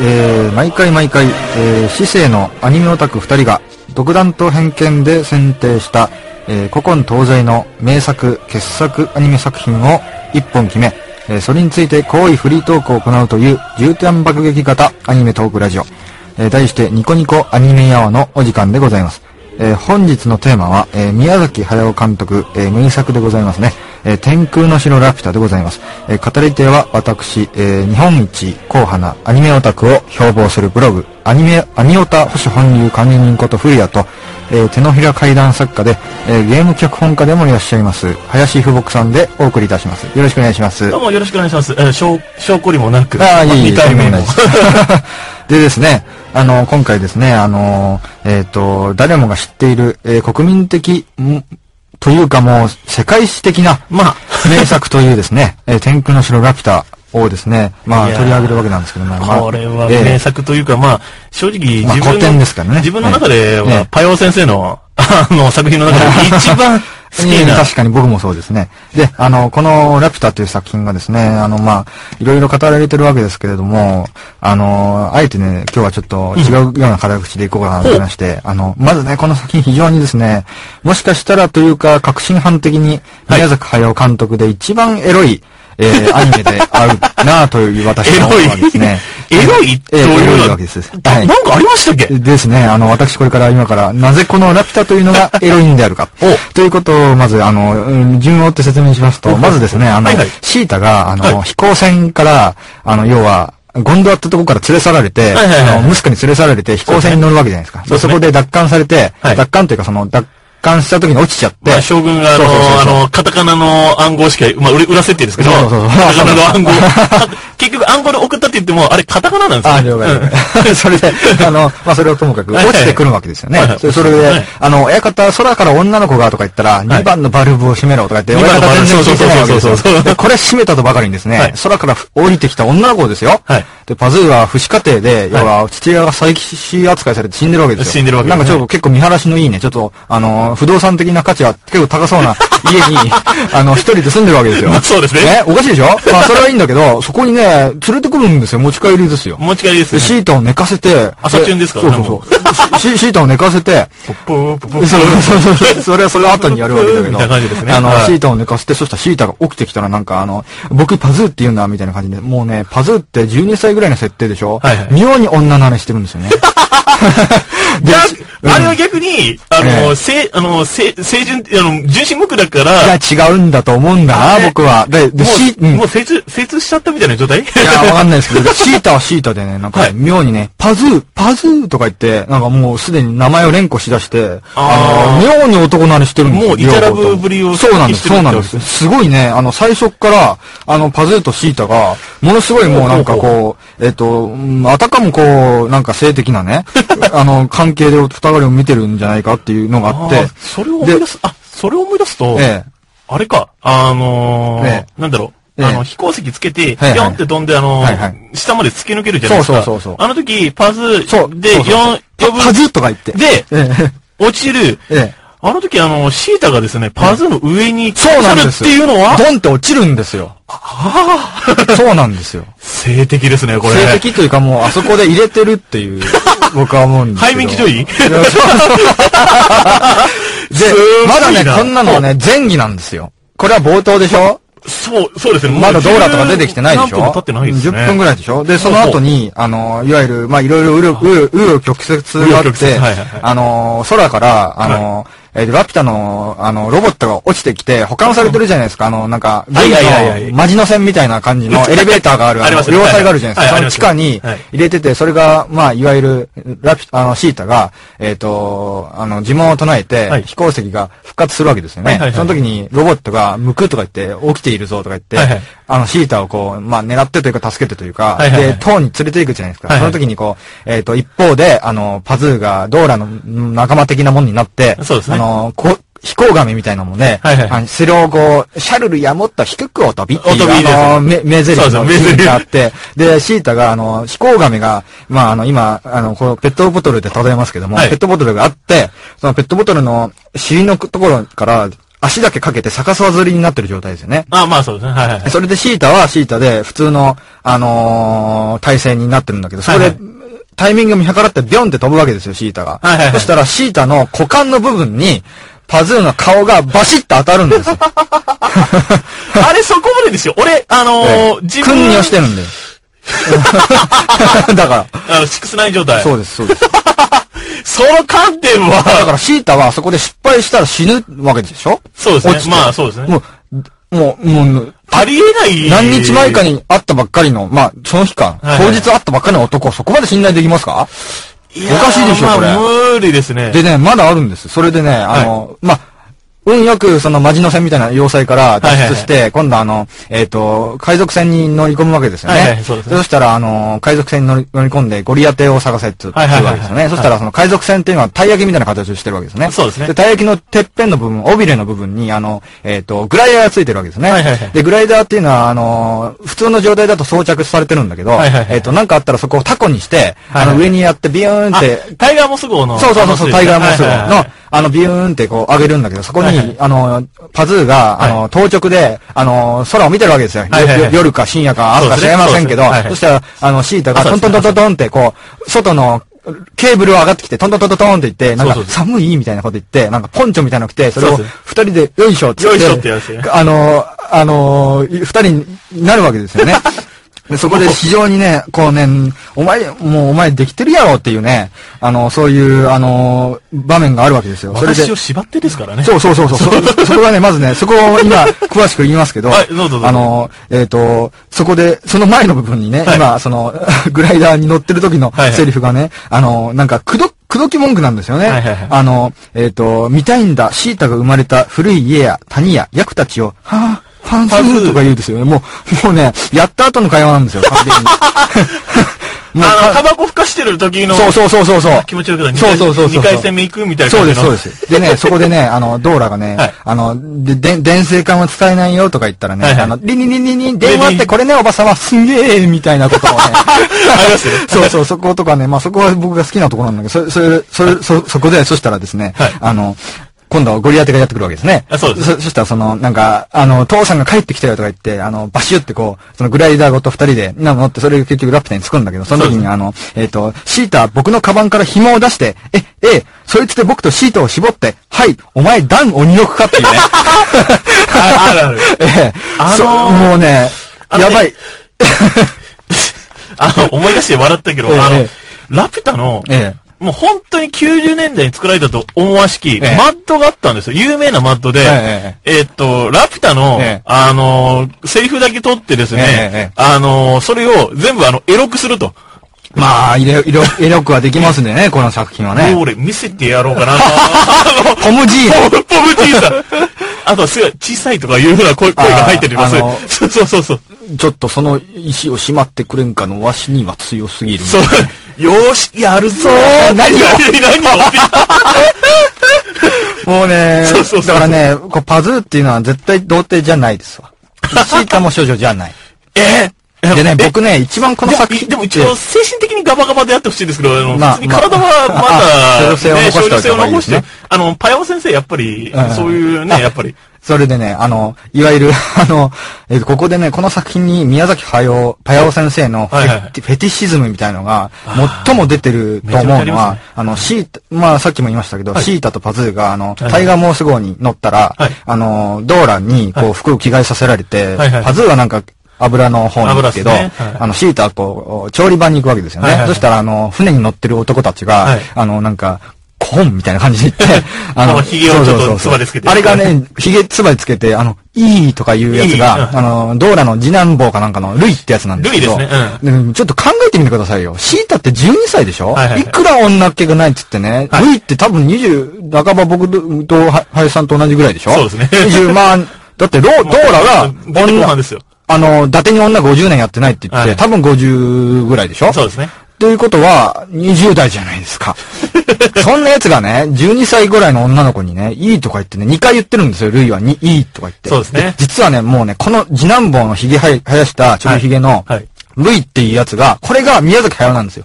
えー毎回毎回、えー、市政のアニメオタク2人が独断と偏見で選定した、えー古今東西の名作、傑作アニメ作品を1本決め、えーそれについて好意フリートークを行うという重点爆撃型アニメトークラジオ。えー題してニコニコアニメヤワのお時間でございます。えー本日のテーマは、えー宮崎駿監督、えー名作でございますね。えー天空の城ラピュタでございます。えー語り手は私、えー日本一硬派なアニメオタクを標榜するブログ、アニメ、アニオタ保守本流管理人こと古谷と、えー手のひら怪談作家で、えーゲーム脚本家でもいらっしゃいます、林富木さんでお送りいたします。よろしくお願いしますどう。もよろしくお願いします。えー、証証拠りもなく、ああ、いえいえ、 2回目そんなもこ。とないです でですね、あの、今回ですね、あの、えっ、と、誰もが知っている、えー国民的、んというかもう、世界史的な、まあ、名作というですね、えー天空の城ラピュタをですね、まあ、いやー取り上げるわけなんですけども、まあこれはえー名作というか、まあ、正直、まあ自古典分ですからの、ね自分の中でえええはえ、パヨー先生の、 あの、作品の中で一番好え きーな、確かに僕もそうですね。で、あの、このラピュタという作品がですね、あの、まあ、いろいろ語られてるわけですけれども、あの、あえてね、今日はちょっと違うような語り口でいこうかなと思いまして、あの、まずね、この作品非常にですね、もしかしたらというか、革新犯的に宮崎駿監督で一番エロい、えー アニメで合うなあという私の思いはですね。エロいえーエロいというのはエロいわけです。あなんかありましたっけですね。あの、私これから今から、なぜこのラピュタというの がエロいんであるか。ということを、まず、あの、うん順を追って説明しますと、まずですね、あのはいはい、シータが、あの、は飛行船から、あの、要は、ゴンドワってとこから連れ去られて、はいはいはいあのムスクに連れ去られて飛行船に乗るわけじゃないですか。そうですそねこで奪還されて、はい奪還というかその、奪還した時に落ちちゃって、まあ、将軍が、あそのうそうそうそうあの、カタカナの暗号しか、まあ、裏裏設定ですけど、そうそうそうカタカナの暗 号、か結局暗号で送ったって言っても、あれ、カタカナなんですあ、了よ。解了解。 それで、あの、まあ、それをともかく、はい落ちてくるわけですよねはいは。いそれそれではい、あの、親方、空から女の子がとか言ったら、2番のバルブを閉めろとか言って、二親番の方バル全ブ然聞いてないわけですよそうそうそうそうでこれ閉めたとばかりにですはねい、空から降りてきた女の子ですよはい。で、パズーは不死家庭で、要は、父親が再死扱いされて死んでるわけですよ。死んでるわけでなんすねかちょっと結構見晴らしのいいね、ちょっと、あの、不動産的な価値は結構高そうな 家に、あの、一人で住んでるわけですよまあ。そうですねおかしいでしょまあ、それはいいんだけど、そこにね、連れてくるんですよ。持ち帰りですよ。持ち帰りですでね。シータを寝かせて、朝チュンですかそうらそうそう。シシータを寝かせ て、ポッポッポッポそうッそうそうそう。それ はそれ後にやるわけだけみど。たいな感じですねあの、はいシータを寝かせて、そしたらシータが起きてきたらなんかあの、僕パズーって言うんだみたいな感じで、もうね、パズーって12歳ぐらいの設定でしょはいはい妙に女慣れしてるんですよ ね。じゃうんあ、あれは逆に、あえの、えせ、あの、せ、清純、あの、純真無垢だから、いや、違うんだと思うんだあな、れ僕は。で、で、もシー、う、うんもう精通、精通しちゃったみたいな状態いや、わかんないですけど、シータはシータでね、なんかね、はい妙にね、パズー、パズーとか言って、なんかもうすでに名前を連呼しだして、ああの、妙に男慣れしてるんですよ。もうイタラブぶりを両方ともそうなんです、意識しそてるうっなてんわけでですす。ねすごいね、あの、最初っから、あの、パズーとシータが、ものすごいもうなんかこう、えっと、うんあたかもこう、なんか性的な ね、あの、関係でお二人を見てるんじゃないかっていうのがああってー、 それを思い出す、あ、それを思い出すと、ええ。あれか、あのーえなんだろう、ええあの、飛行石つけて、はいはいヨンって飛んで、あのーはいはい下まで突き抜けるじゃないですそか。うそうそうそうあの時、パズ、そう。で、そヨうそうそうン、呼ぶパパズーとか言って。で、ええ。落ちる、ええあの時、あの、シータがですね、パズの上にそうなんです腐るっていうのは、ドンって落ちるんですよ。そうなんですよ。性的ですね、これ。性的というかもう、あそこで入れてるっていう、僕は思うんですけ背 ど。面騎乗位いやそうそうすで、ごまいなだね、こんなのはね、前儀なんですよ。これは冒頭でしょそう、そうですね。まだドーラとか出てきてないでし何分ょも経ってないですね。 10分ぐらいでしょで、その後に、あの、いわゆる、まあ、いろいろ、うる、うる、うる曲折があっ紆余曲折てはいはいはい、あの、空から、あの、えーラピュタの、あの、ロボットが落ちてきて、保管されてるじゃないですか。あの、なんか、はいはいはいはい軍のマジの線みたいな感じ のエレベーターがある、ありのますね両サイがあるじゃないですか。はそいはのい地下にはい入れてて、それが、まあ、いわゆる、ラピュタ、あの、シータが、えっと、あの、呪文を唱えはてい、飛行石が復活するわけですよはいねはいは。いその時に、ロボットが、むくとか言って、起きているぞとか言ってはいはい、あの、シータをこう、まあ、狙ってというか、助けてというか、はいはいはで、い塔に連れて行くじゃないですか。はいはいその時にこう、えっ、と、一方で、あの、パズーが、ドーラのん仲間的なもんになって、そうですねあの、こ飛行亀みたいなもんで、はいはいあのそれをこう、シャルルやもっと低くお飛びっていう、お飛びですあの、め、名台詞そのうですね名台詞があって、で、シータが、あの、飛行亀が、まあ、あの、今、あの、このペットボトルで例えますけども、はいペットボトルがあって、そのペットボトルの尻のところから、足だけかけて逆さわずりになってる状態ですよね。ああ、まあそうですね。はいはいはい。それでシータはシータで普通の、あのー体勢になってるんだけど、そこはでいタイミングを見計らってビョンって飛ぶわけですよ、シータが。はいはいはいそしたらシータの股間の部分に、パズーの顔がバシッと当たるん ですよ。あれそこまでですよ。俺、あのー、自分訓練をしてるんだよ。 だかあの、シックスナイン状ら、態。そうです、そうです。 その観点だは、からシータはそこで失敗したら死ぬわけでしょそうです落ちね。てまあそうですね。もう、もう、もう、ありえない。何日前かに会ったばっかりの、まあ、その日か、はいはい当日会ったばっかりの男、そこまで信頼できますかいやーおかしいでしょこれまあ無理ですね。でね、まだあるんです。それでね、あの、まあ、運よくそのマジノ船みたいな要塞から脱出して、今度あの、えっ、と、海賊船に乗り込むわけですよね。はいはいそうですねしたら、あの、海賊船に乗り乗り込んでゴリアテを探せって言うはいはいはわいけですよね。そしたら、その海賊船っていうのはたい焼きみたいな形をしてるわけですね。そうですねで、たい焼きのてっぺんの部分、尾びれの部分に、あの、えっ、と、グライダーがついてるわけですね。はいはいはいで、グライダーっていうのは、あの、普通の状態だと装着されてるんだけど、はいはいはいえっ、と、なんかあったらそこをタコにして、はいあはいの、上にやってビューンあって、タイガーモス号の。そうそうそうそう、あのタイガーモス号はいはいはいの、あの、ビューンってこう上げるんだけど、そこはいはにい、あの、パズーが、あはの、当直で、あの、空を見てるわけですよ。よはいはいはいよ夜か深夜か朝かそう知ですねりませんけどそうですねはいは、いそしたら、あの、シータが朝トでンすトンねトントンってこう、外の、ケーブルを上がってきて、トントントントントンって言って、なんそか、うそうそ寒いみたいなこと言って、なんか、ポンチョみたいなの着て、それをそうです二人で、よいしょって言って、よいしょってやつねあの、あの、い二人になるわけですよ ね。でそこで非常にね、こうね、お前、もうお前できてるやろっていうね、あの、そういう、あの、場面があるわけですよ。それで。私を縛ってですからね。そうそうそうそう。そそこがね、まずね、そこを今、詳しく言いますけど、はいどうぞどうぞあの、えっ、と、そこで、その前の部分にね、はい今、その、 グライダーに乗ってる時のはいはいセリフがね、あの、なんか、くど、くどき文句なんですよね。はいはいはいあの、えっ、と、見たいんだ、シータが生まれた古い家や谷や役たちを、はぁ、ファンファンズズーとか言うんですよね。もう、もうね、やった後の会話なんですよ、完璧に。 もうあの、タバコふかしてる時の。そうそうそうそうそう。気持ちよくないそうそうそうそう。二回戦目行くみたいなそ感うじでのす、そうです。でね、そこでね、あの、ドーラがねはい、あの、で、で、電声管は伝えないよとか言ったらね、はいはいあの、リリリリリン、電話ってこれね、おばさんはすげえみたいなことをね。ありますよねそうそう、そことかね、まあそこは僕が好きなところなんだけど、そ、それ、それ、そ、そこで、そしたらですねはい、あの、今度はゴリアテがやってくるわけですね。あそうですそ、そしたらその、なんか、あの、父さんが帰ってきたよとか言って、あの、バシュってこう、そのグライダーごと二人で、なんか乗って、それ結局ラピュタに着くんだけど、その時そうにであの、えっ、と、シータは僕のカバンから紐を出して、え、ええ、そいつで僕とシータを絞って、はい、お前、ダン鬼のくかっていう ね。ああるある。ええ、あのーそうもうね、あのねやばい。あの、思い出して笑ったけど、ええあえのえ、ラピュタの、ええもう本当に90年代に作られたと思わしき、ええマッドがあったんですよ。有名なマッドで、ええっと、ラピュタの、ええあの、セリフだけ取ってですね、ええええあの、それを全部あの、エロくすると。まあ、色、色、色くはできますんで ね、この作品はもうね。俺見せてやろう かな。あのトム・ジーポブポブティーさん。あと、すごい小さいとかいうふうな声声が入ってるますああの。そうそうそうそう。ちょっとその石をしまってくれんかのわしには強すぎる。そう。よーし、やるぞー何を 何をってもうねそうそうそうそだうからね、こうパズーっていうのは絶対童貞じゃない ですわ。シータも少女じゃない。えーでね、え僕ね、一番このでも作品って。でも一応、精神的にガバガバでやってほしいですけど、あの、まあ普通に体はまああまだ、あ少女性を残しておいた方がいいですね少女性を残してあの、パヤオ先生、やっぱりうん、そういうね、やっぱり。それでね、あの、いわゆる、 あの、えーここでね、この作品に宮崎駿、パヤオ先生のフェ,、はいはいフェティシズムみたいのが、最も出てると思うめちゃめちゃありのますはね、あの、シータ、まあさっきも言いましたけど、はいシータとパズーが、あの、はいタイガーモース号に乗ったら、はいあの、ドーラに、こう、服を着替えさせられて、はいはいパズーはなんか、油の方に行くけど、油っすねはいあの、シータはこう、調理場に行くわけですよね。はいはいはいそしたら、あの、船に乗ってる男たちが、はいあの、なんか、コンみたいな感じで言って、あ あの髭をちょっとそうそうそうつばでつけてあれがね、ひげつばにつけて、あの、いいとかいうやつが、いいあの、ドーラの次男坊かなんかのルイってやつなんですけど、ルイですねうんちょっと考えてみてくださいよ。シータって12歳でしょ、はいいはいはいくら女っ気がないっつってね、はいルイって多分20、半ば僕と、は林さんと同じぐらいでしょそうですね20万、だってロー、ドーラが、出てこなんですよ。あの、伊達に女50年やってないって言って、はい多分50ぐらいでしょそうですね。ということは、20代じゃないです か。そんな奴がね、12歳ぐらいの女の子にね、いいとか言ってね、2回言ってるんですよ、ルイはに、いいとか言って。そうですね実はね、もうね、この次男坊のひげはや生やした、ちょびひげの、はいはいルイっていうやつが、これが宮崎駿なんですよ。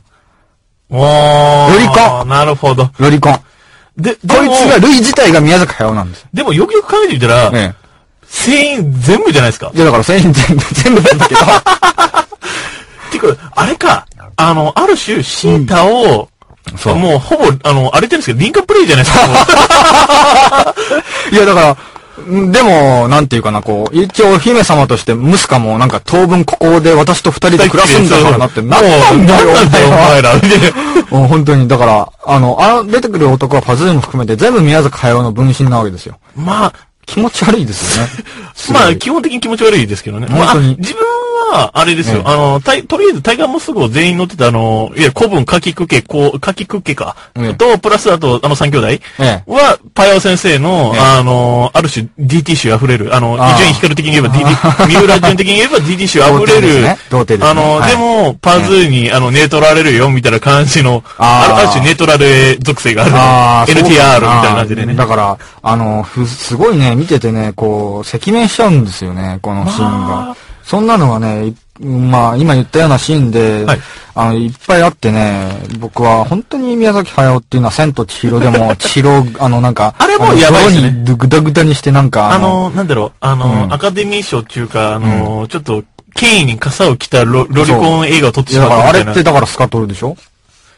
おー。ロリコンなるほど。ロリコン。で、でこいも、つが、ルイ自体が宮崎駿なんです。でもよくよく考えてみたら、え全員全部じゃないですかえ。。いや、だから全員全部、全部なんだけど、てか、あれか、あの、ある種、シータを、そうもうほぼ、あの、荒れてるんですけど、リンクプレイじゃないです か。も いや、だから、んでも、なんていうかな、こう、一応、お姫様として、ムスカも、なんか、当分ここで私と二人で暮らすんだからなって、もう、なんなんだよ、なんなんだよ、おお前は前ら。みたいな うん本当に、だから、あの、あ、出てくる男はパズーも含めて、全部宮崎駿の分身なわけですよ。まあ、。気持ち悪いですよね まあ、基本的に気持ち悪いですけどね。まあ、本当に自分は、あれですよえ。えあの、たいとりあえず、タイガーモス号全員乗ってた、あの、いや、古文、かきくけ、こう、かきくけかええ。と、プラス、あと、あの、三兄弟ええは、パヤオ先生のえ、えあの、ある種、DT 集溢れる。あの、伊ああ集院光的に言えば DT、三浦淳的に言えば DT 集溢 童貞れる。ですね童貞ですねあの、はいでも、パズーに、あの、寝取られるよ、みたいな感じの、あああるある種、寝取られ属性があああ る。NTR みたいな感じでね。だから、あの、ふすごいね、見ててね、こう、赤面しちゃうんですよね、このシーンまが。そんなのはね、いまあ、今言ったようなシーンで、はいあの、いっぱいあってね、僕は本当に宮崎駿っていうのは、千と千尋で も、千尋、あの、なんか、あれもうやばいですね泥にぐだぐだにして、なんか、あの、なんだろう、あの、うんアカデミー賞っていうか、あの、ちょっと、権威に傘を着たロロリコン映画を撮っていしやまだっから、あたれみたっいてな。だからスカトルでしょ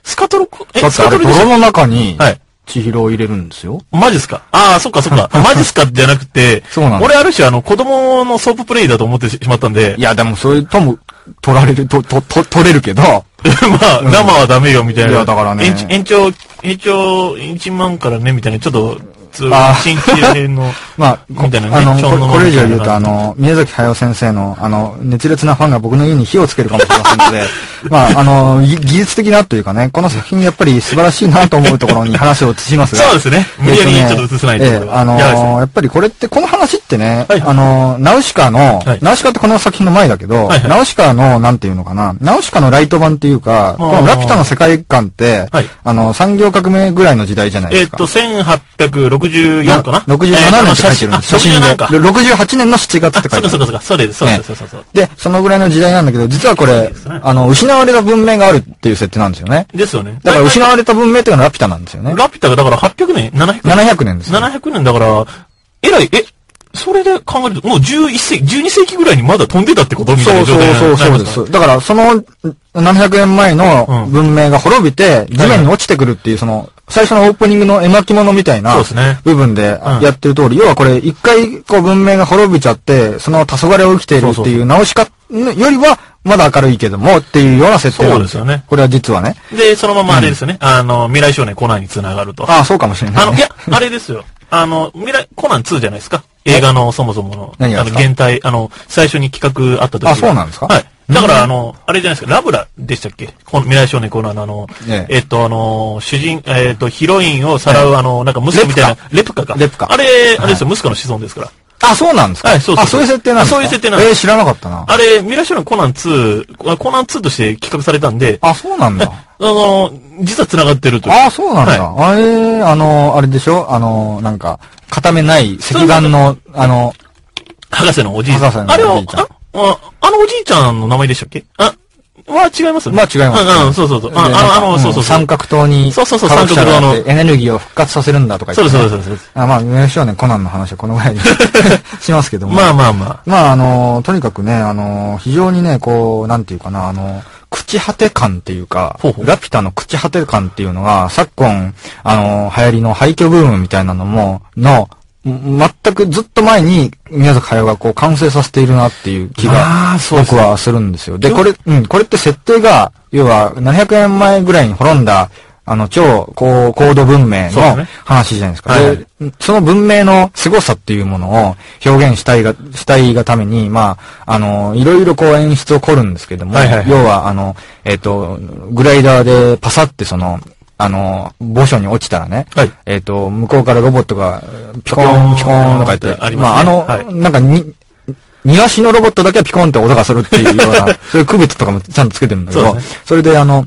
スカトロ、え、だっスてあカトれ、ロでし泥ょの中に、はい。千尋を入れるんですよ。マジっすかああ、そっかそっか。マジっすかじゃなくて、 そうなんだ俺ある種あの、子供のソーププレイだと思ってしまったんでい、や、でも、それとも、取られる、と、と、と、取れるけど、まあ、生はダメよ、みたいな。いやだからね延延長、延長1万からね、みたいな、ちょっと、つあー、新規編の まあ、こみたいなね。あの超能こ、力これ以上言うみと、たあいな、の、宮崎駿先生の、あの、熱烈なファンが僕の家に火をつけるかもしれませんので、 まあ、あの、ぎ技術的なというかね、この作品やっぱり素晴らしいなと思うところに話を移しますが。そうですね。無理やりちょっと映せないとこえろっとねええがあのやばいですねやっぱりこれって、この話ってね、はいあの、ナウシカの、はいナウシカってこの作品の前だけど、はいはいナウシカの、なんていうのかな、ナウシカのライト版っていうか、このラピュタの世界観って、はいあの、産業革命ぐらいの時代じゃないでえっすか。と、?67 年って書いてるんです。写真で。1864かなえーあのあ67か。 68年の7月あ、って書そいうてあかそうる。かそうか、そうです、そうです、そうですそうでで、そのぐらいの時代なんだけど、実はこれですね、あの、失われた文明があるっていう設定なんですよね。す。ですよね。だから失われた文明っていうのはラピュタなんですよね。ラピュタがだから800年、700年。 700年ですよ。 700年だから、えらい、え、それで考えると、もう11世紀、12世紀ぐらいにまだ飛んでたってことみたいそうなそう状態になそうりそうますでかす。だから、その700年前のうん文明が滅びて、地面に落ちてくるっていう、その、最初のオープニングの絵巻物みたいなそうですね部分でうんやってる通り、要はこれ、一回こう文明が滅びちゃって、その黄昏を生きているってそういそう直しかよりは、まだ明るいけどもっていうような設定なんですよ。そうですよねこれは実はね。で、そのままあれですよね。あの、未来少年コナンにつながると。ああ、そうかもしれない、あね。の、いや、あれですよ。あの、未来、コナン2じゃないですか。映画のそもそもの、あ何がでの、すか現体、あの、最初に企画あった時があそうなんですかはい。うんだから、あの、あれじゃないですか、ラブラでしたっけこの未来少年コナンのあの、えええっと、あの、主人、えっと、ヒロインをさらう、あの、なんか息子みたいな、レプカか。レプカあれ、あれですよ、息子の子孫ですから。あ、そうなんですか。はいそうそうあ、そういう設定なんですか。あそういう設定なんですえー、知らなかったな。あれ、未来少年コナン2、あコナン2として企画されたんで、ああ、そうなんだ。 の、実は繋がってるという。ああ、そうなんだ。あれ、あの、あれでしょあの、なんか、固めない石岩の、あの、博士のおじいさん。博士のあれはおじいちゃんあああのおじいちゃんの名前でしたっけあ、は違いますまあ違いますうんうん、そうそうそう。あ、であの、あうの、んそうそうそう。三角塔に、そうそうそう科学者があって三角エネルギーを復活させるんだとかそ言っうでて、す、ね。そうです、そうです。あまあ、名少年コナンの話はこのぐらいに しますけども。まあまあままあ、あの、とにかくね、あの、非常にね、こう、なんていうかな、あの、朽ち果て感っていうか、ほうほうラピュタの朽ち果て感っていうのが、昨今、あの、流行りの廃墟ブームみたいなのも、の、ん全くずっと前に宮崎駿がこう完成させているなっていう気あがーそうです僕ねはするんですよ。で、これ、うん、これって設定が、要は700年前ぐらいに滅んだ、あの、超高高度文明そうですのね話じゃないですか。はいはいでその文明の凄さっていうものを表現したいが、したいがために、まあ、あの、いろいろこう演出を凝るんですけども、はいはいはい要は、あの、えっ、と、グライダーでパサってその、あの、墓所に落ちたらね、はいえっ、と、向こうからロボットが、ピコピコーーン、ンピコーンとか言って、ありまあ、まあすねの、はいなんかに、庭師のロボットだけはピコンって音がするっていうような、そういう区別とかもちゃんとつけてるんだけど、そそ,、うですれであの、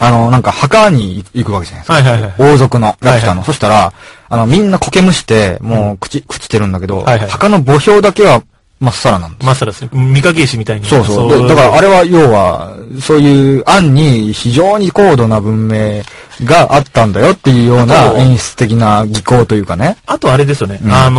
あの、なんか墓に行くわけじゃないですか。はいはいはい王族の、ラピュタの。はいはいそしたら、あの、みんな苔むして、もう、朽ち、朽ちてるんだけど、はいはい墓の墓標だけは、まっさらなんであ。まさらですね。三影石みたいに。す。そうそう。でだから、あれは、要は、そういう、暗に非常に高度な文明があったんだよっていうようなそう演出的な技巧というかね。あとあれですよね。うんあ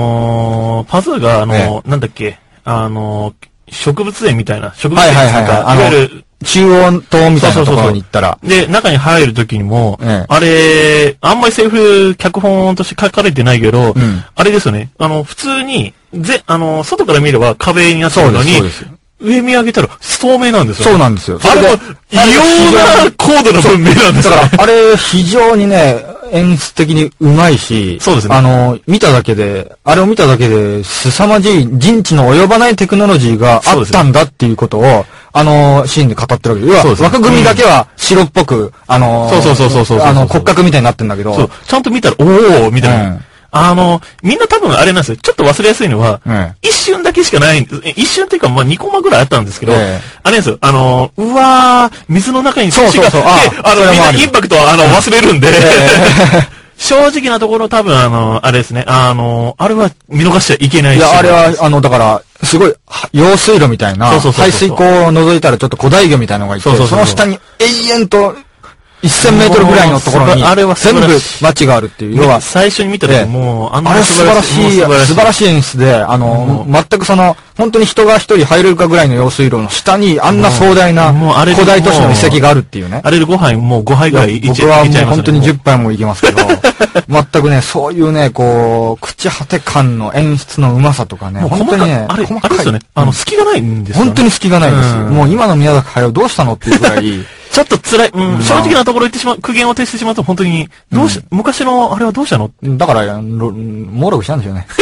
のー、パズーが、あのーねなんだっけ、あのー、植物園みたいな、植物園っていうか、あいわゆのる、、中央島みたいなところに行ったら、で、中に入るときにも、ええあれ、あんまりセリフ、脚本として書かれてないけど、うんあれですよね。あの、普通に、ぜ、あの、外から見れば壁になってるのにそうですそうで、上見上げたら透明なんですよ。そうなんですよ。あれも、異あれが非常様にな高度な文明なんですだよ。から、あれ、非常にね、演出的にうまいし、そうですねあの、見ただけで、あれを見ただけで、凄まじい、人知の及ばないテクノロジーがあったんだっていうことを、あの、シーンで語ってるわけで。要は、そうですね枠組みだけは白っぽく、あの、そうそうそうそうそうそうあの、骨格みたいになってんだけど、そう、ちゃんと見たら、おおみたいな。うんあの、みんな多分あれなんですよ。ちょっと忘れやすいのは、うん一瞬だけしかないんです、え一瞬っていうか、まあ、2コマぐらいあったんですけど、ええあれですよ、あの、うわー、水の中にそうそうそうがあってあああそれの、みんもあなるインパクトは、あの、忘れるんで、え正直なところ多分、あの、あれですね、あの、あれは見逃しちゃいけ ないいや、あれは、は、あの、だから、すごい、は用水路みたいな、そうそうそうそう排水溝を覗いたらちょっと古代魚みたいなのがいて、そうそうそうそうの下に永遠と、1000メートルぐらいのところに、あれは素全部晴らしい街があるっていう、要は、最初に見たええ時、もう、あんあなれ素晴らしい、素もう晴らしい演出で、あの、全くその、本当に人が一人入れるかぐらいの用水路の下に、あんな壮大な、もうあれ古代都市の遺跡があるっていうね。あれで5杯、もう5杯ぐらいいっちゃい僕はもういっちゃいます本ね当に10杯もいけます けど、全くね、そういうね、こう、朽ち果て感の演出のうまさとかね、もう本当にね、あれ、細かあれでいすよね。あの、隙がないんですよ、ね。本当に隙がないですよ。うんもう今の宮崎駿どうしたのっていうぐらい、 ちょっと辛い、うん、正直なところ言ってしまう、苦言を呈してしまうと本当に、どうし、昔のあれはどうしたのだから、ろモログしたんでしょうね。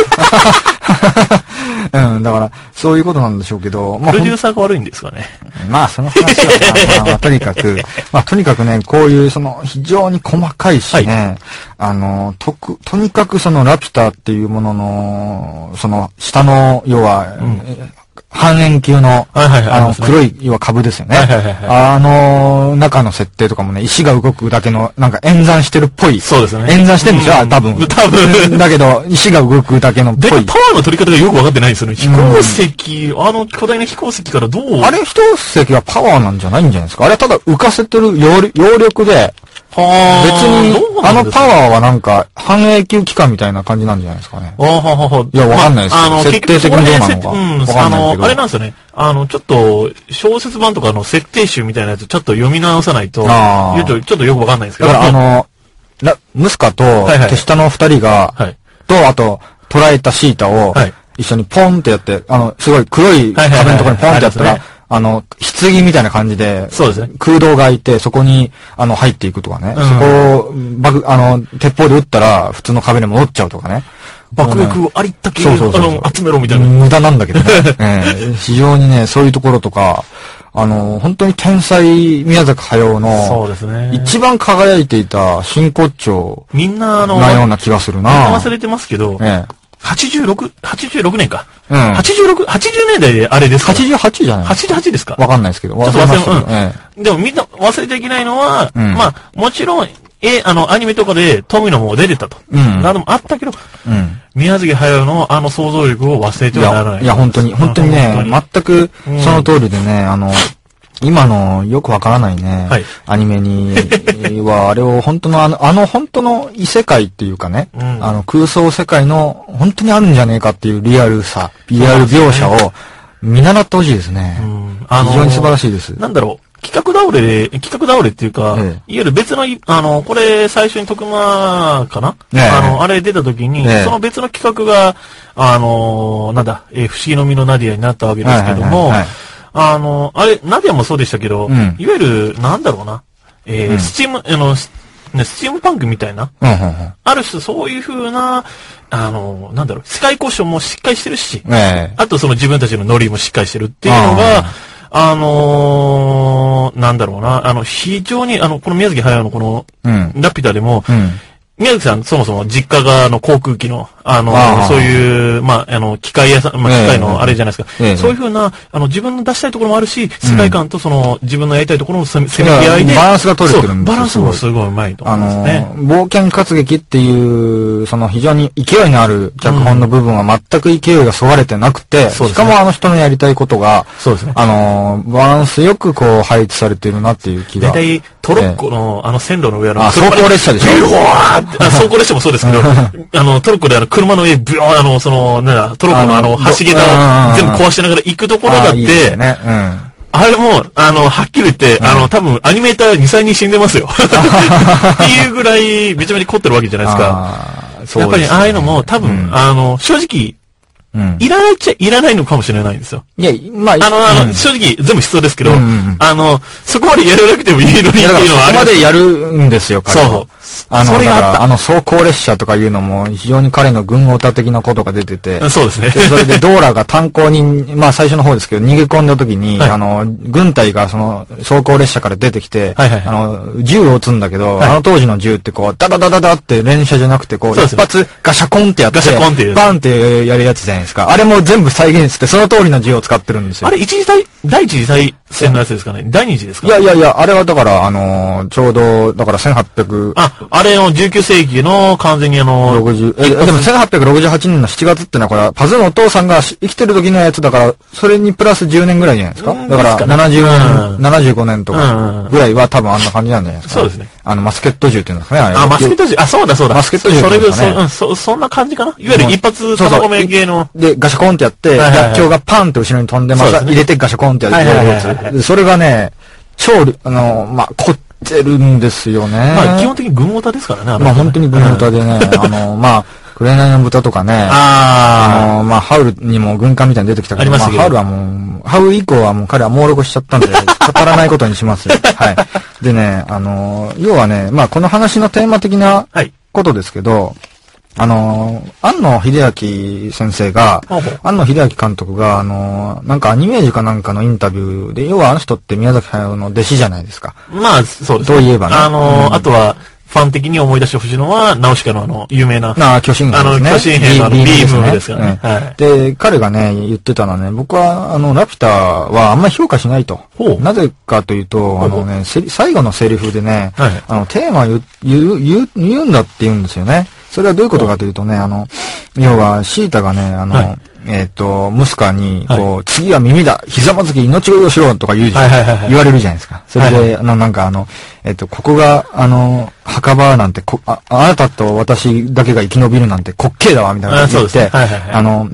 うん、だから、そういうことなんでしょうけど、まあプロ、デューサーが悪いんですかね。まあ、その話は、まあ まあ、とにかく、まあ、とにかくね、こういう、その、非常に細かいしね、あの、とく、とにかくその、ラピュタっていうものの、その、下の、要は、半円球の、はいはいはいあありの、ますね黒い、要は株ですよね。はいはいはいはいあの、中の設定とかもね、石が動くだけの、なんか演算してるっぽい。そうですね演算してるんでしょ、あ多分。多分だけど、石が動くだけのっぽで、パワい。ーの取り方がよくわかってないんですよね。飛行石、あの巨大な飛行石からどうあれ一石はパワーなんじゃないんじゃないですかあれはただ浮かせてる揚力揚力で、別はに、あのパー。ワーはなんか、半永久期間みたいな感じなんじゃないですかね。あははははいやわかんないですまああの、設結定局的にどうなのかうん、わかあんないけどの、あれなんですよね。あの、ちょっと、小説版とかの設定集みたいなやつ、ちょっと読み直さないと、あー言うとちょっとよくわかんないんですけだど。からあの、ラムスカといはい手下の二人が、はいと、あと、捕らえたシータをはい、一緒にポンってやって、あの、すごい黒いはい壁はいはいのところにポンってやったありらます、あの、棺みたいな感じで、そうですね空洞が開いて、そこに、あの、入っていくとかね。うんそこを、爆、あの、鉄砲で撃ったら、普通の壁に戻っちゃうとかね。も爆うね薬をありったけ、そうそうそうあの、集めろみたいな。無駄なんだけどね。 ええ非常にね、そういうところとか、あの、本当に天才宮崎駿そうので、すね。一番輝いていた真骨頂みんなあの、なような気がするな。忘れてますけど、え86、86年か。うん86、80年代であれですかえ、88じゃないの88ですかわかんないですけど。ちょっと忘れままししたけどえた、うん。でもみんな忘れちゃいけないのは、うんまあ、もちろん、え、あの、アニメとかで富野も出てたと。うんなどもあったけど、えうん。宮崎駿のあの想像力を忘れていはならなや、い。いや、本当に、本当にね、本全くその通りでね、あの、今のよくわからないね、はいアニメ には、あれを本当のあの、あの本当の異世界っていうかね、うんあの空想世界の本当にあるんじゃねえかっていうリアルさ、リアル描写を見習ってほしいですね。うんあの非常に素晴らしいです。なんだろう、企画倒れで、企画倒れっていうか、ええいわゆる別の、あの、これ最初に徳間かな、ええあの、あれ出た時に、ええその別の企画が、あの、なんだ、えー不思議の実のナディアになったわけですけどはいはいはもいはい、あの、あれ、ナディアもそうでしたけど、うんいわゆる、なんだろうな、えースチーム、あの、スねスチームパンクみたいな、うん、うん、うん。ある種そういう風な、あの、なんだろう、世界交渉もしっかりしてるし、ええあとその自分たちのノリもしっかりしてるっていうのあが、あのー、なんだろうな、あの、非常に、あの、この宮崎駿のこの、うんラピュタでも、うん宮崎さん、そもそも実家が、あの、航空機の、あの、ああそういう、まあ、あの、機械屋さん、まあ、ええ機械のあれじゃないですか。ええそういうふうな、あの、自分の出したいところもあるし、世界観とその、自分のやりたいところのせめせめぎ合いで、いやバランスが取れてるんですよそうバランスもすごいうまいと思あうんですのね。、冒険活劇っていう、その非常に勢いのある脚本の部分は全く勢いがそがれてなくて、そうしですかねもあの人のやりたいことが、そうですねあの、バランスよくこう配置されてるなっていう気が。大体、トロッコの、あの線路の上の、あ車の走行列車でしょビュワーって、あ走行列車もそうで すけど、あの、トロッコであの、車の上、ビュワーあの、その、なんだ、トロッコのああの、の橋桁うんうんうをん全部壊しながら行くところだっあいいですて、ね。うん。あれも、あの、はっきり言って、あの、多分、アニメーター2、3人死んでますよ。 っていうぐらい、めちゃめちゃ凝ってるわけじゃないですか。あーやっぱり、ああいうのも、多う分、んあの、正直、うん。いらないっちゃいらないのかもしれないんですよ。いや、まあ、あの、あうんの、正直、全部必要ですけど、うんうんうんあの、そこまでやらなくてもいいのにっていいやうだからのはあそりこまますでやるんですよ、彼は。そうあの、それがあだったから、あの、走行列車とかいうのも、非常に彼の軍オタ的なことが出てて。そうですね。でそれでドーラが炭鉱に、まあ最初の方ですけど、逃げ込んだ時に、はいあの、軍隊がその、装甲列車から出てきて、はいはいはいあの、銃を撃つんだけど、はいあの当時の銃ってこう、ダダダダダって連射じゃなくて、こう、そうです一ね発ガシャコンってやって、ガシャコンっていうバンってやるやつじゃないですか。あれも全部再現して、その通りの銃を使ってるんですよあ。れ、一次大、第一次大戦のやつですかね第二次ですかいやいやいや、あれはだから、あのーちょうど、だから1860、あ、あれの19世紀の完全にあの、え、でも1868年の7月ってのはこれは、パズのお父さんがし生きてる時のやつだから、それにプラス10年ぐらいじゃないですかうんだからですかね70うん年、75年とうんかうんぐらいは多分あんな感じなんじゃないですか。そうですね。あの、マスケット銃っていうんですかね、あれはあ、マスケット銃、あ、そうだそうだ。マスケット銃それでで、すかねそうんそ、そんな感じかないわゆる一発そう玉そう込め系の。で、ガシャコンってやって、はいはいはい薬莢がパンって後ろに飛んで、まそうでたすね入れてガシャコンってやはいはいはいるはやいつ。でそれがね、超、あの、まあ、凝ってるんですよね。まあ、基本的に軍オタですからね。まあ本当に軍タ。歌で ね、あの、まあ、紅の豚とかね、ああの、まあ、ハウルにも軍艦みたいに出てきたけど、ありましたけどあ、ハウルはもう、ハウル以降はもう彼は猛録しちゃったんで、語らないことにしますよ。はい。でね、あの、要はね、まあ、この話のテーマ的なはいことですけど、あの、安野秀明先生がほうほう、安野秀明監督が、あの、なんかアニメージュかなんかのインタビューで、要はあの人って宮崎駿の弟子じゃないですか。まあ、そうですね。といえばねあうの、んあとは、ファン的に思い出してほしいのは、ナウシカのあの、有名な。なあ、巨神兵ですね。あの巨神兵のあのビビーームムでですすよよねね。はいで、彼がね、言ってたのはね、僕は、あの、ラピュタはあんまり評価しないとほう。なぜかというと、あほうのね、せり最後のセリフでね、はいあの、テーマ言う言う、言う、言うんだって言うんですよね。それはどういうことかというとね、あの、要は、シータがね、あの、はいえっ、と、ムスカに、こう、は次は耳だ、ひざまずき命乞いをしろとか言うじゃん、はいはいはいはい言われるじゃないですか。それで、はいあの、なんかあの、えっ、と、ここが、あの、墓場なんてこあ、あなたと私だけが生き延びるなんて滑稽だわ、みたいなこあとそう言でっすねて、はいはいはいあの、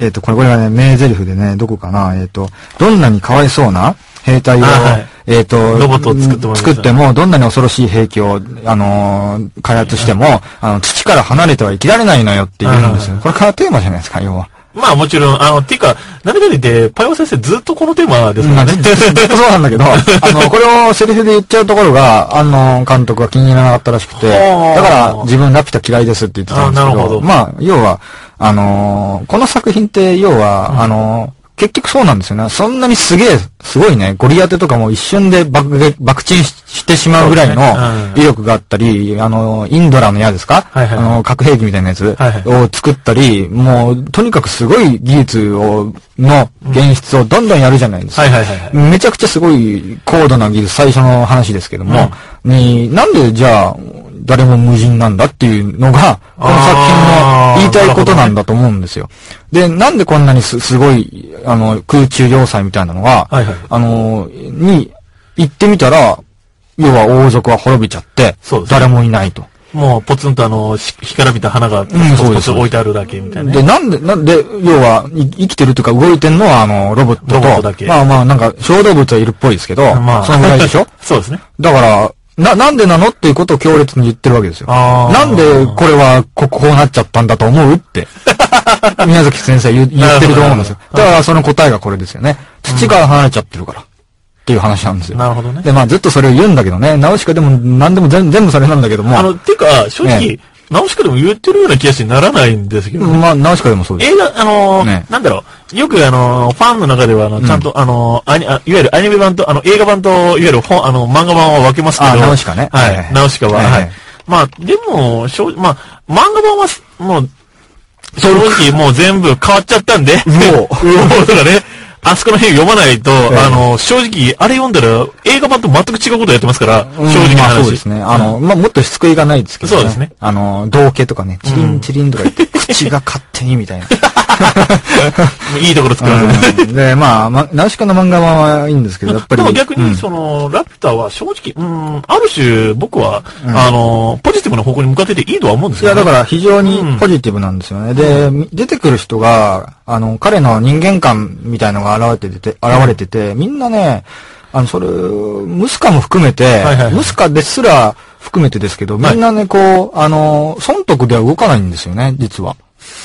えっ、と、これ、これがね、名台詞でね、どこかな、えっ、と、どんなにかわいそうな兵隊を、あはいえっ、と、ロボットを作ってもらいました作っても、どんなに恐ろしい兵器を、あのー開発しても、あの、土から離れては生きられないのよって言うんですよ。これからテーマじゃないですか、要は。まあもちろん、あの、ていうか、何々で、パイオ先生ずっとこのテーマですからね。 そうなんだけど、あの、これをセリフで言っちゃうところが、あの、監督は気に入らなかったらしくて、ほうだから自分ラピュタ嫌いですって言ってたんですあけなるど、ほどまあ、要は、あのーこの作品って、要は、あのー結局そうなんですよね。そんなにすげえ、すごいね、ゴリ当てとかも一瞬で爆撃爆沈ししてしまうぐらいのそうですねうん威力があったり、あの、インドラの矢ですか、はいはいあの、核兵器みたいなやつはいはいを作ったり、もう、とにかくすごい技術を、の現実をどんどんやるじゃないですか。はいはいはいはい。めちゃくちゃすごい高度な技術、最初の話ですけども、に、なんでじゃあ、誰も無人なんだっていうのが、この作品の言いたいことなんだと思うんですよ。で、なんでこんなにすすごい、あの、空中要塞みたいなのが、はいはいあの、に、行ってみたら、要は王族は滅びちゃってそうで、す誰もいないと。もう、ポツンとあの、し干からびた花が、ポんツそうポでツす置いてあるだけみたいなね。で、なんで、なんで、要は、い生きてるというか動いてんのは、あの、ロボットと、ロボットだけまあまあ、なんか、小動物はいるっぽいですけど、まあ、そのぐらいでしょ そうですね。だから、な、なんでなのっていうことを強烈に言ってるわけですよ。あーなんでこれはこ、こうなっちゃったんだと思う って、宮崎先生言う言ってると思うんですよ。だからその答えがこれですよね。土から離れちゃってるから。っていう話なんですよ。なるほどねで、まあずっとそれを言うんだけどね。ナウシカでも何でも全全部それなんだけども。あの、てか、正直ね、直しかでも言ってるような気がしてならないんですけどね。まあ、ナウシカでもそうです。映画、あのーねなんだろう、よくあのーファンの中では、あの、ちゃんと、あのーアニあ、いわゆるアニメ版と、あの、映画版と、いわゆる本、あの、漫画版は分けますけど。あナウシカねははいはいい、ナウシカは、はいははいい。まあ、でも、正直、まあ、漫画版はす、もう、正直もう全部変わっちゃっ たんで、もううおとかね、あそこの辺読まないと、ええあのー、正直、あれ読んだら、映画版と全く違うことやってますから、正うん直なま話。あそうですね。あの、まあもっとしつこいがないですけどね。そうですね あの、道化とかね、チリンチリンとか言って、口が勝手にみたいな。 いいところ作らせて。うんで、まあ、ま、ナウシカの漫画はいいんですけど、やっぱり。 でも逆うに、んその、ラピュタは正直、うん、ある種、僕は、うんあの、ポジティブな方向に向かってていいとは思うんですいけどや、ね、だから非常にうんポジティブなんですよね。で、出てくる人が、あの、彼の人間観みたいのが現れてて、現れてて、みんなね、あの、それ、ムスカも含めてはいはいはい、ムスカですら含めてですけど、みんなね、こう、あの、損得では動かないんですよね、実は。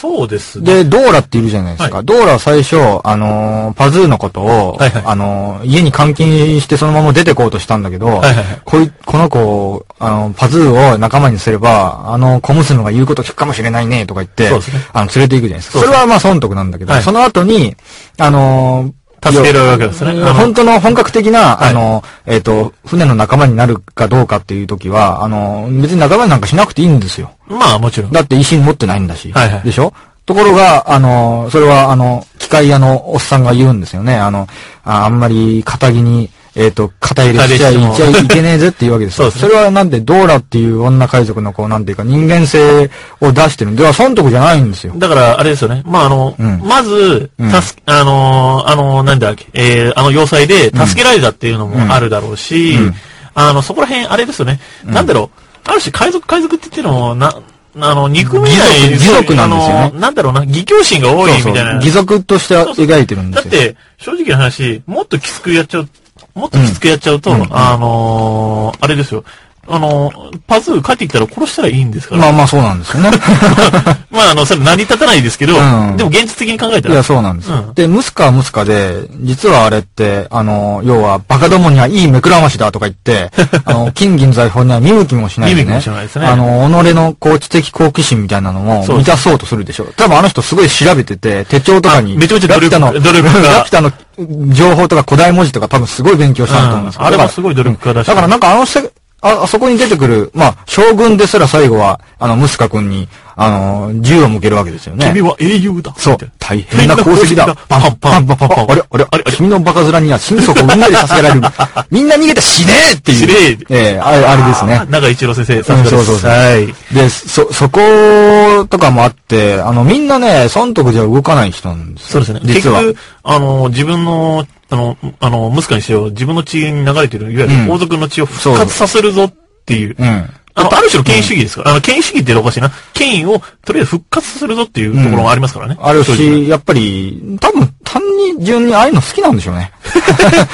そうですで、ね。ドーラっているじゃないですか。はドーラは最初、あのーパズーのことを、はいはいあのー家に監禁してそのまま出てこうとしたんだけど、いはいはいこいこの子を、あのパズーを仲間にすれば、あの小娘が言うこと聞くかもしれないね、とか言って、そうですねあの、連れて行くじゃないですか。そうそですれはまあ損得なんだけど、はいその後に、あのー助けるわけですねいやあの本当の本格的な、はいあの、えっ、と、船の仲間になるかどうかっていう時は、あの、別に仲間になんかしなくていいんですよ。まあ、もちろん。だって石持ってないんだし。はいはいでしょところが、あの、それは、あの、機械屋のおっさんが言うんですよね。あの、ああんまり、肩着に、えっ、と、肩入れしちゃい肩入ちれゃしてもいけねえぜっていうわけですよ。そうですねれはなんで、ドーラっていう女海賊のこう、なんていうか、人間性を出してるんで、は損得じゃないんですよ。だから、あれですよね。まあ、あの、うんまず、うんたす、あのー、あのー、なんだっけ、えー、あの要塞で助けられたっていうのもあるだろうし、うんうんあの、そこら辺、あれですよね。なんだろう、ある種、海賊海賊って言ってるのも、な、あの、憎めない、義賊義賊なんですよねあのなんだろうな、義教心が多いみたいな。義足としてそうそう描いてるんでだっすよ。て、正直な話、もっときつくやっちゃう、もっときつくやっちゃうと、うんうんあのー、あれですよ。あのー、パズー帰ってきたら殺したらいいんですから。まあまあ、そうなんですよね。まあ、あの、それ成り立たないですけど、うんでも現実的に考えたいら。や、そうなんですよ、んで、ムスカはムスカで、実はあれって、あの、要は、バカどもにはいい目くらましだとか言 って、あの、金銀財宝には見向きもしないでね。見向きもしないですねあの、己のこう、知的好奇心みたいなのもそうで満すたそうとするでしょ。多分あの人すごい調べてて、手帳とかに、あめちゃめちゃ努力ラピュタ努の、力家ラピュタの情報とか古代文字とか多分すごい勉強したんだと思うんですけど。あれだはからすごい努力家だし。だからなんかあのせ、あ、あそこに出てくる、まあ、将軍ですら最後は、あの、ムスカ君に、あの、銃を向けるわけですよね。君は英雄だ。そうみたい。大変な功績だ。パンパンパンパンパン。あれあれあれ君のバカ面には心底をみんなで助け られる。みんな逃げて死ねえっていう。死ねえええあれ、あれですな。ね。中井一郎先生、さうんすそがうでそうす。そうはい。で、そ、そことかもあって、あの、みんなね、損得じゃ動かない人なんですそうよですね。実は。結局、あの、自分の、あの、あの、ムスカにせよ、自分の血に流れてる、いわゆうんる王族の血を復活させるぞっていう。うん。あの、ある種の権威主義ですから。あの、権威主義っておかしいな。権威を、とりあえず復活させるぞっていうところがありますからね。ある正直ねし、やっぱり、多分、単に順にああいうの好きなんでしょう ね。あのあー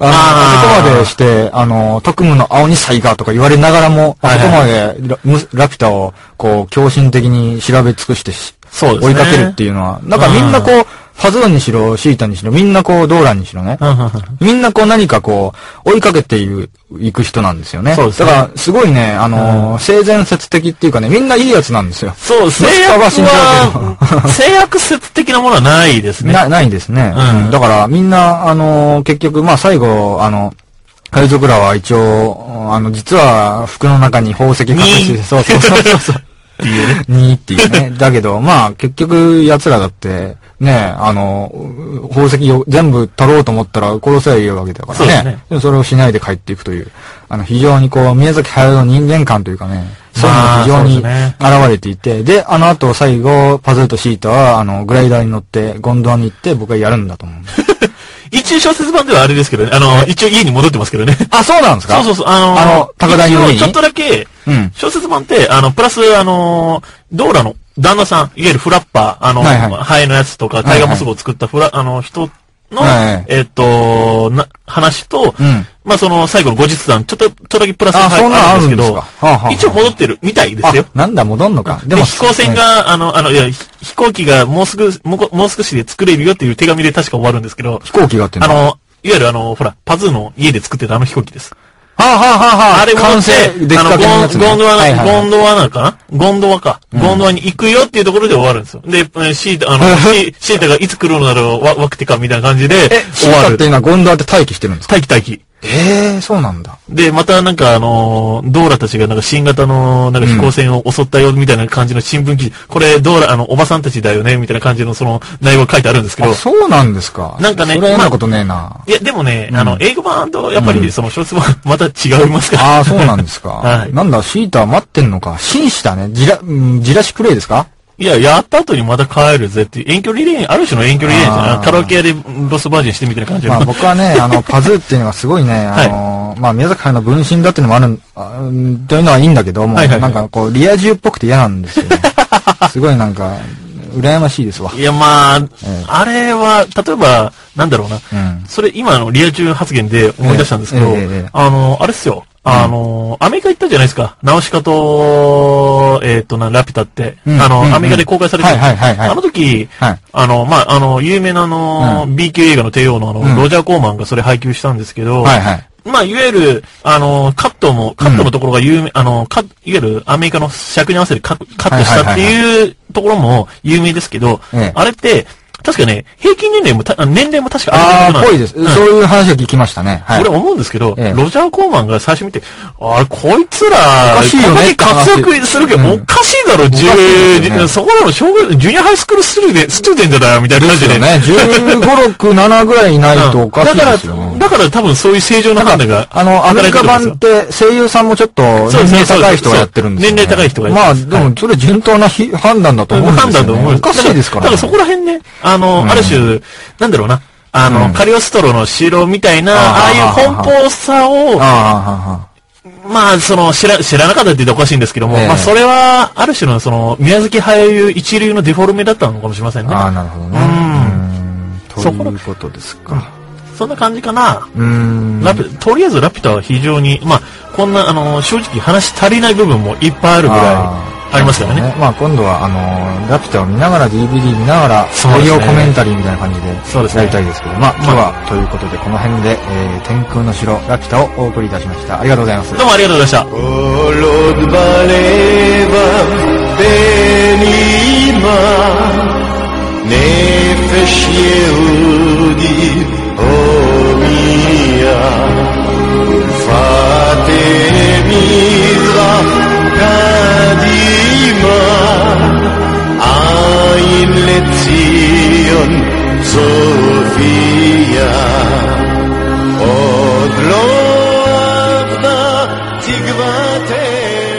あそこまでして、あの、特務の青二才がとか言われながらも、あはいそこまはでラむラピュタを、こう、狂心的に調べ尽くしてしそうです追ねいかけるっていうのは、なんかみんなこう、ファズーンにしろ、シータにしろ、みんなこう、ドーランにしろねう、んうんうんみんなこう何かこう、追いかけていく、いく人なんですよね。そうですだねから、すごいね、あの、生前説的っていうかね、みんないいやつなんですよ。そうですね。制ムスカは死ん約じゃは、制約説的なものはないですね。なないですね。うんうんだから、みんな、あのー結局、まあ、最後、あの、海賊らは一応、あの、実は、服の中に宝石隠しにて、そうそうそうそう。っていう ね。にっていうね。だけど、まあ、結局、奴らだって、ね、あの、宝石を全部取ろうと思ったら殺せばいいわけだからそうでね。すねでもそれをしないで帰っていくという、あの、非常にこう、宮崎駿の人間観というかね、そういうのが非常にまあ現れていて、で、あの後最後、パズルとシータは、あの、グライダーに乗って、ゴンドワに行って、僕はやるんだと思う。 一応小説版ではあれですけどね。あの、一応家に戻ってますけどね。あ、そうなんですかそうそうそう。あの、あの高台の上に一応ちょっとだけ、うん小説版って、あの、プラス、あの、ドーラの旦那さん、いわゆるフラッパー、あの、はいはいハエのやつとか、タイガーモスゴを作ったフラ、あの、人の、はいはいえっと、な、話と、うんまあ、その、最後の後日談、ちょっと、ちょっとだけプラスあそんなの入あるんですかはあはあ一応戻ってるみたいですよあ。、なんだ、戻んのか。ででも、飛行船ね、が、あの、あの、いや、ひ飛行機がもうすぐ、もうこもう少しで作れるよっていう手紙で確か終わるんですけど、飛行機があってんあのの、いはわゆるあの、ほら、パズーの家で作ってたあの飛行機です。あ、はあはあはあ、あれ戻完っ成て、できあかの、けのやつゴンねゴンドワ、はいはいはいゴンドワなのかなゴンドワか、ゴンドワに行くよっていうところで終わるんですよ。で、えーシータ、あの、シシータがいつ来るのだろう、わ、わくてかみたいな感じでえ、、シ終ーわタっるてい。うのはゴンドワって待機してるんですか待機待機。ええそうなんだ。で、またなんかあのー、ドーラたちがなんか新型のなんか飛行船を襲ったよみたいな感じの新聞記事、これドーラ、あの、おばさんたちだよねみたいな感じのその内容が書いてあるんですけどあ、、そうなんですか。なんかねそれは嫌なことねえな。いや、でもね、あの、英語版とやっぱりその小説版 また違いますから。ああ、 そうなんですか。 はいなんだ、シータは待ってんのか。紳士だね。じら、うんじらしプレイですかいや、やった後にまた帰るぜっていう、遠距離恋愛、ある種の遠距離恋愛じゃあん。ーカラオケ屋でロスバージンしてみたいな感じのまあ僕は ね、あの、パズーっていうのがすごいね、あいの、まあ宮崎駿の分身だっていうのもあるん、あうんというのはいいんだけども、はいはいはないんかこう、リア充っぽくて嫌なんですよ ね。すごいなんか、羨ましいですわ。いや、まあ、あれは、例えば、なんだろうな。うんそれ、今のリア充発言で思い出したんですけど、ええええええあの、あれっすよ。あの、アメリカ行ったじゃないですか。ナウシカと、えっ、と、な、ラピュタって。うんあの、うんうんアメリカで公開されてる、はいはいはいはいあの時、はいあの、まあ、あの、有名なあの、B 級映画の帝王のあの、んロジャー・コーマンがそれ配給したんですけど、はいはい。まあ、いわゆる、あの、カットも、カットのところが有名、あの、カいわゆるアメリカの尺に合わせてカカットしたっていうところも有名ですけど、ええあれって、確かね、平均年齢もた、あ年齢も確かあれあ、ぐらぽないです。うんそういう話を聞きましたね。はい。俺思うんですけど、ええロジャー・コーマンが最初見て、あれ、こいつら、おかしいよねってこんだけ活躍するけど、うんおかしいだろ、しい十ですよねそこらの小学、ジュニアハイスクールスチューデンスチューデントだよ、みたいな感じでで。すよ ね。15、6、7ぐらいいないうんとおかしいですよね。だから、だから多分そういう正常な判断が。あの、アメリカ版って声優さんもちょっとそう年齢そうそう高い人がやってるんですよ、ね。年齢高い人がやまっあ、てるでもそれ順当なひ判断だと思うんですよ、判ね。断と思うおかしいですから、だからそこら辺ね、あの、ある種、なんだろうな、あの、カリオストロの城みたいな、あああーいう奔放さを、あまあ、その、知ら、知らなかったって言っておかしいんですけども、ええまあ、それは、ある種の、その、宮崎俳一流のデフォルメだったのかもしれませんあ、ね。ああ、なるほどね。ううんん。ということですか。そんな感じかな。うーん。ラピュとりあえずラピュタは非常に、まあ、こんな、あの、正直話足りない部分もいっぱいあるぐらいありますからね。ねまあ今度は、あのー、ラピュタを見ながら DVD 見ながら、そうです用ねコメンタリーみたいな感じでそうですねやりたいですけど、まあ今日はということでこの辺で、えー、天空の城ラピュタをお送りいたしました。ありがとうございます。どうもありがとうございました。 Kolodbaleva penima Nefesh Yehudi Omiya Fate Mizrach Kadima Ayin Lezion Sofia עוד לא אבדה תקוותנו